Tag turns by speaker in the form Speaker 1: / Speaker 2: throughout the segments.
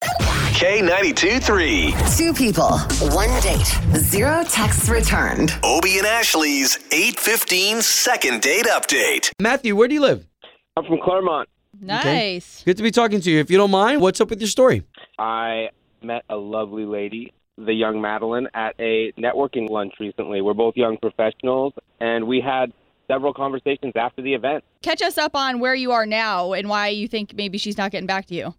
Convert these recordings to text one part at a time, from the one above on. Speaker 1: K92 3.
Speaker 2: Two people, one date, zero texts returned.
Speaker 1: Obie and Ashley's 815 second date update.
Speaker 3: Matthew, where do you live?
Speaker 4: I'm from Claremont.
Speaker 5: Nice.
Speaker 3: Good to be talking to you. If you don't mind, what's up with your story?
Speaker 4: I met a lovely lady, the young Madeline, at a networking lunch recently. We're both young professionals, and we had several conversations after the event.
Speaker 5: Catch us up on where you are now and why you think maybe she's not getting back to you.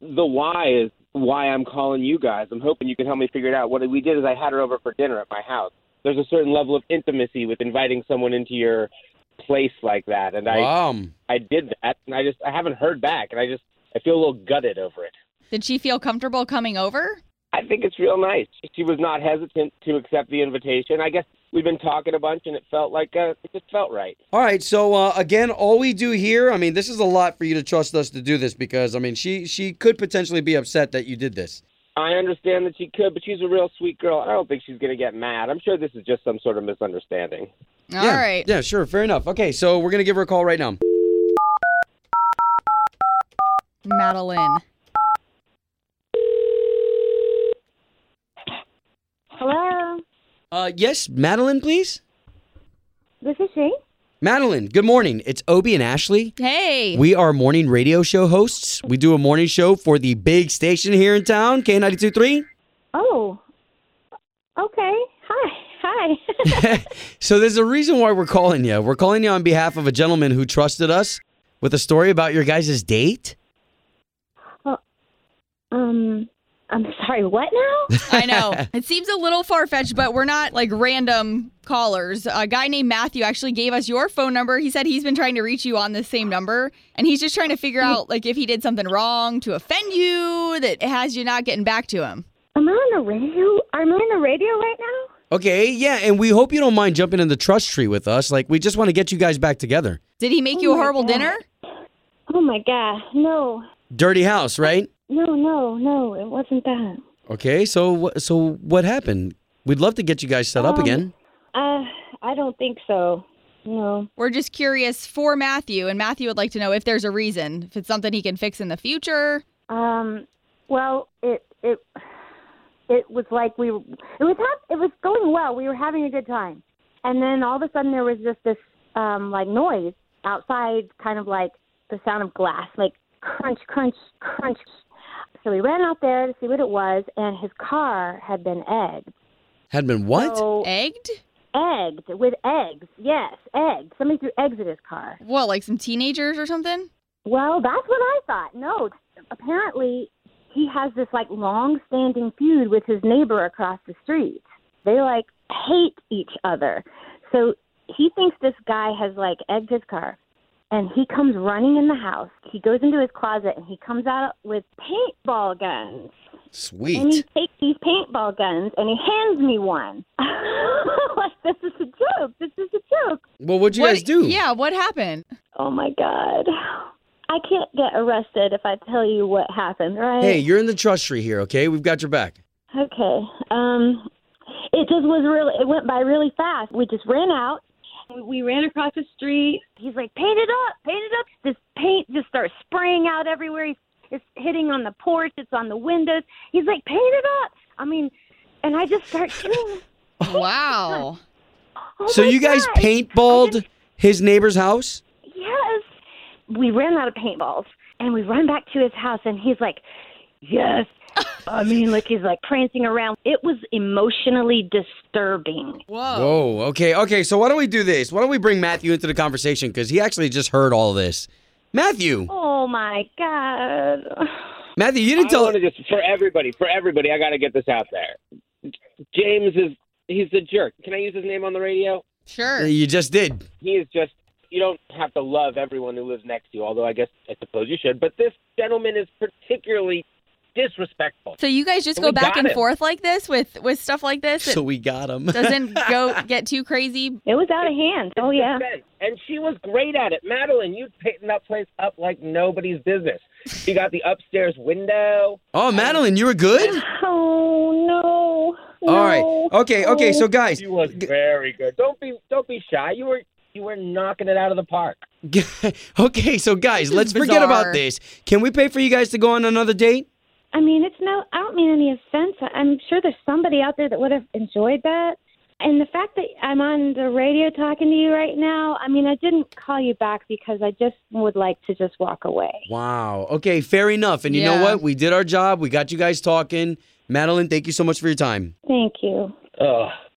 Speaker 4: The why is why I'm calling you guys. I'm hoping you can help me figure it out. What we did is I had her over for dinner at my house. There's a certain level of intimacy with inviting someone into your place like that, and I
Speaker 3: Wow.
Speaker 4: I did that, and I just I haven't heard back, and I just I feel a little gutted over it.
Speaker 5: Did she feel comfortable coming over?
Speaker 4: I think it's real nice. She was not hesitant to accept the invitation. I guess we've been talking a bunch, and it felt like uh, it just felt right.
Speaker 3: All right. So uh, again, all we do here, I mean, this is a lot for you to trust us to do this because I mean, she she could potentially be upset that you did this.
Speaker 4: I understand that she could, but she's a real sweet girl. I don't think she's going to get mad. I'm sure this is just some sort of misunderstanding.
Speaker 5: All right.
Speaker 3: yeah. Yeah. Sure. Fair enough. Okay. So we're gonna give her a call right now.
Speaker 5: Madeline.
Speaker 6: Hello,
Speaker 3: Uh, yes, Madeline, please.
Speaker 6: this is she.
Speaker 3: Madeline. Good morning. It's Obie and Ashley.
Speaker 5: Hey.
Speaker 3: We are morning radio show hosts. We do a morning show for the big station here in town, K92.3.
Speaker 6: Oh, okay. Hi, hi.
Speaker 3: so there's a reason why we're calling you. We're calling you on behalf of a gentleman who trusted us with a story about your guys' date.
Speaker 6: um, I'm sorry. What now?
Speaker 5: I know. It seems a little far fetched, but we're not like random callers. A guy named Matthew actually gave us your phone number. He said he's been trying to reach you on the same number, and he's just trying to figure out like if he did something wrong to offend you that has you not getting back to him.
Speaker 6: Am I on the radio? Am I on the radio right now?
Speaker 3: Okay, yeah, and we hope you don't mind jumping in the trust tree with us. Like, we just want to get you guys back together.
Speaker 5: Did he make you a horrible dinner?
Speaker 6: Oh my god, no,
Speaker 3: Dirty house, right?
Speaker 6: no, no, no. It wasn't that.
Speaker 3: Okay, so wh- so what happened? We'd love to get you guys set up
Speaker 6: Um,
Speaker 3: again.
Speaker 6: Uh, I don't think so. No.
Speaker 5: We're just curious for Matthew, and Matthew would like to know if there's a reason, if it's something he can fix in the future.
Speaker 6: Um. Well, it it it was like we it was hap- it was going well. We were having a good time, and then all of a sudden there was just this um like noise outside, kind of like the sound of glass, like crunch, crunch, crunch. So we ran out there to see what it was, and his car had been egged.
Speaker 3: Had been what?
Speaker 6: So
Speaker 5: Egged?
Speaker 6: egged with eggs, yes, eggs. Somebody threw eggs at his car.
Speaker 5: What, like some teenagers or something?
Speaker 6: Well, that's what I thought. No, apparently he has this like long-standing feud with his neighbor across the street. They like hate each other. So he thinks this guy has like egged his car and he comes running in the house. He goes into his closet and he comes out with paintball guns. And he
Speaker 3: Sweet.
Speaker 6: takes these paintball guns and he hands me one. like this is a joke. This is a joke.
Speaker 3: Well, what'd you
Speaker 5: what,
Speaker 3: guys do?
Speaker 5: Yeah, what happened?
Speaker 6: Oh my god. I can't get arrested if I tell you what happened, right?
Speaker 3: Hey, you're in the trust tree here, okay? We've got your back.
Speaker 6: Okay. Um it just was really it went by really fast. We just ran out. We ran across the street. He's like, "Paint it up, paint it up." This paint just starts spraying out everywhere. He's it's hitting on the porch, it's on the windows. He's like, "Paint it up." I mean, and I just start shooting.
Speaker 5: Wow.
Speaker 6: Oh
Speaker 3: so
Speaker 6: my
Speaker 3: you guys
Speaker 6: God. I
Speaker 3: paintballed
Speaker 6: didn't-
Speaker 3: his neighbor's house?
Speaker 6: Yes. We ran out of paintballs and we run back to his house and he's like, Yes. I mean, like he's like prancing around. It was emotionally disturbing.
Speaker 5: Whoa.
Speaker 3: Whoa. Okay. Okay. So why don't we do this? Why don't we bring Matthew into the conversation because he actually just heard all this. Matthew,
Speaker 6: Oh my God.
Speaker 3: Matthew, you
Speaker 4: I
Speaker 3: didn't tell.
Speaker 4: want to just for everybody, for everybody, I got to get this out there. James is he's a jerk. Can I use his name on the radio?
Speaker 5: Sure.
Speaker 3: You just did.
Speaker 4: He is just. You don't have to love everyone who lives next to you, although I guess I suppose you should. But this gentleman is particularly disrespectful.
Speaker 5: So you guys just
Speaker 4: We
Speaker 5: go back
Speaker 4: got
Speaker 5: and
Speaker 4: it.
Speaker 5: forth like this with with stuff like this. It
Speaker 3: So we got him.
Speaker 5: doesn't go get too crazy.
Speaker 6: It was out of hand. Oh yeah.
Speaker 4: Defense. And she was great at it. Madeline, you painted that place up like nobody's business. You got the upstairs window.
Speaker 3: Oh, Madeline, you were good.
Speaker 6: Oh no.
Speaker 3: All right.
Speaker 6: No.
Speaker 3: Okay. Okay. So guys,
Speaker 4: She was very good. Don't be don't be shy. You were you were knocking it out of the park.
Speaker 3: okay. So guys,
Speaker 5: is
Speaker 3: let's forget about
Speaker 5: bizarre.
Speaker 3: this. Can we pay for you guys to go on another date?
Speaker 6: I mean, it's no. I don't mean any offense. I- I'm sure there's somebody out there that would have enjoyed that. And the fact that I'm on the radio talking to you right now, I mean, I didn't call you back because I just would like to just walk away.
Speaker 3: Wow. Okay. Fair enough. And you know
Speaker 5: Yeah.
Speaker 3: what? We did our job. We got you guys talking. Madeline, thank you so much for your time.
Speaker 6: Thank you.
Speaker 4: Ugh.